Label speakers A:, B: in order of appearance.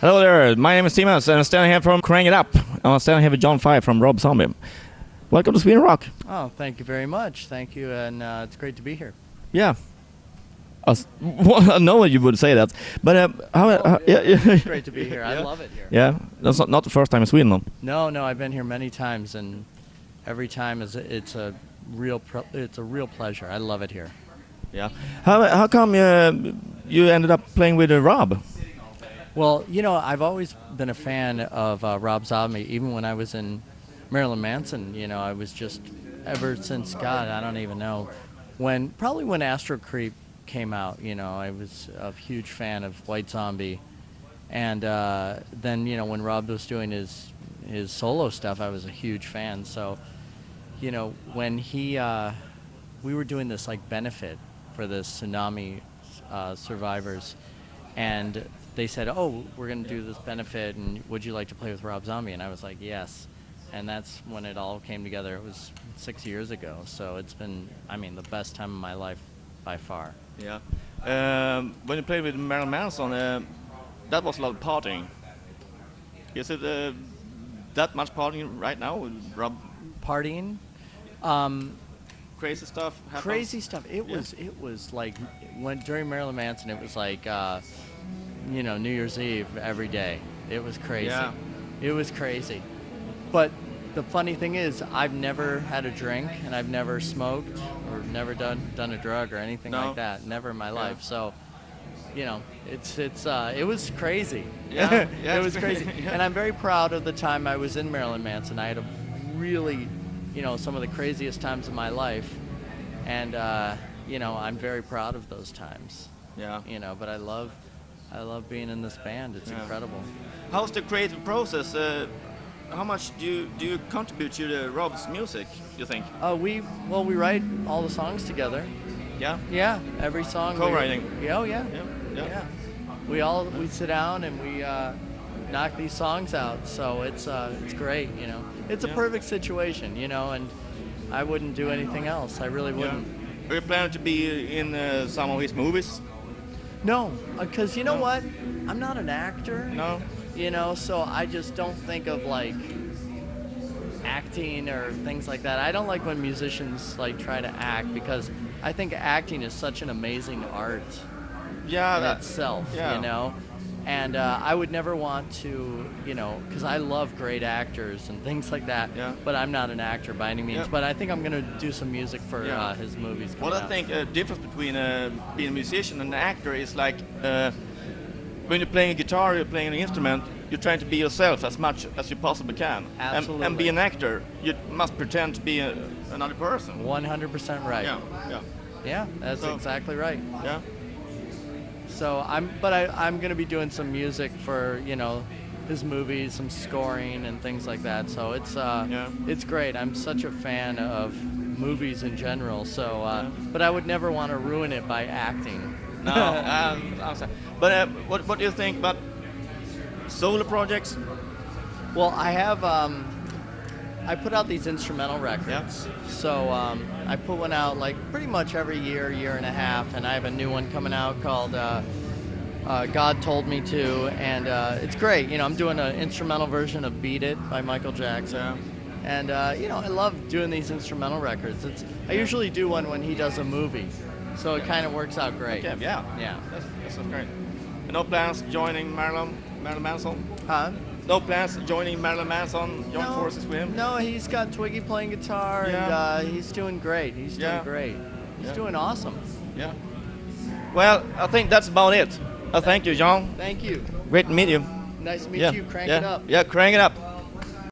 A: Hello there, my name is Timas, and I'm standing here from Crank It Up. I'm standing here with John Fire from Rob Zombie. Welcome to Sweden Rock.
B: Oh, thank you very much. Thank you, and uh, it's great to be here.
A: Yeah. Us- well, I know you would say that, but um, how? how- yeah, yeah.
B: It's great to be here. I love it here.
A: Yeah, that's not, not the first time in Sweden. though.
B: No, no, I've been here many times, and every time is it's a real pro- it's a real pleasure. I love it here.
A: Yeah. How, how come you, you ended up playing with uh, Rob?
B: Well, you know, I've always been a fan of uh, Rob Zombie, even when I was in Marilyn Manson. You know, I was just ever since God, I don't even know when. Probably when Astro Creep came out. You know, I was a huge fan of White Zombie, and uh, then you know when Rob was doing his his solo stuff, I was a huge fan. So, you know, when he uh, we were doing this like benefit for the tsunami uh, survivors and they said, "Oh, we're going to do this benefit, and would you like to play with Rob Zombie?" And I was like, "Yes," and that's when it all came together. It was six years ago, so it's been, I mean, the best time of my life by far.
A: Yeah. Um, when you played with Marilyn Manson, uh, that was a lot of partying. Is it uh, that much partying right now? with Rob,
B: Partying, um,
A: crazy stuff. happens?
B: crazy stuff. It
A: Yeah.
B: was, it was like when during Marilyn Manson, it was like, uh, you know, New Year's Eve every day. It was crazy.
A: Yeah.
B: It was crazy. But the funny thing is, I've never had a drink and I've never smoked or never done done a drug or anything
A: No.
B: like that. Never in my life. So, you know, it's it's uh, it was crazy.
A: Yeah, yeah.
B: it was crazy.
A: Yeah.
B: And I'm very proud of the time I was in Marilyn Manson. I had a really, you know, some of the craziest times of my life, and uh, you know, I'm very proud of those times.
A: Yeah.
B: You know, but I love. I love being in this band. It's
A: Yeah.
B: incredible.
A: How's the creative process? Uh, how much do you, do you contribute to the Rob's music? You think?
B: Uh, we well, we write all the songs together.
A: Yeah.
B: Yeah, every song. we-
A: Co-writing.
B: Yeah, oh yeah.
A: Yeah.
B: Yeah. We all we sit down and we uh, knock these songs out. So it's uh, it's great, you know. It's a
A: Yeah.
B: perfect situation, you know, and I wouldn't do anything else. I really
A: Yeah.
B: wouldn't.
A: Are you planning to be in uh, some of his movies?
B: No, because you know
A: No.
B: what? I'm not an actor.
A: No.
B: You know, so I just don't think of like acting or things like that. I don't like when musicians like try to act because I think acting is such an amazing art.
A: Yeah.
B: in
A: That's.
B: itself,
A: yeah.
B: you know. And uh, I would never want to, you know, because I love great actors and things like that.
A: Yeah.
B: But I'm not an actor by any means.
A: Yeah.
B: But I think I'm gonna do some music for
A: Yeah.
B: uh, his movies.
A: What
B: coming
A: I
B: out.
A: think uh, difference between uh, being a musician and an actor is like uh, when you're playing a guitar, you're playing an instrument, you're trying to be yourself as much as you possibly can. And- And,
B: Absolutely.
A: be an actor, you must pretend to be a, another person.
B: 100% right.
A: Yeah, yeah,
B: Yeah, that's
A: So-
B: exactly right.
A: yeah.
B: So I'm, but I, I'm gonna be doing some music for, you know, his movies, some scoring and things like that. So it's, uh,
A: Yeah.
B: it's great. I'm such a fan of movies in general. So, uh,
A: Yeah.
B: but I would never want to ruin it by acting.
A: No, um, I'm sorry. But uh, what, what do you think about solo projects?
B: Well, I have. Um, I put out these instrumental records. So um, I put one out like pretty much every year, year and a half, and I have a new one coming out called uh, uh, "God Told Me To," and uh, it's great. You know, I'm doing an instrumental version of "Beat It" by Michael Jackson.
A: Yeah.
B: And uh, you know, I love doing these instrumental records. It's I usually do one when he does a movie, so it kind of works out great.
A: Yeah, yeah.
B: Yeah.
A: That's, that's great. No plans joining Marilyn, Marilyn Manson?
B: Huh?
A: No plans joining Marilyn Manson, join forces with him?
B: No, he's got Twiggy playing guitar, and
A: Yeah.
B: uh, he's doing great. He's doing
A: Yeah.
B: great. He's
A: Yeah.
B: doing awesome.
A: Yeah. Well, I think that's about it. Uh, thank you, John.
B: Thank you.
A: Great to meet you.
B: Nice to meet
A: yeah.
B: you. Crank
A: yeah.
B: it up.
A: Yeah, crank it up.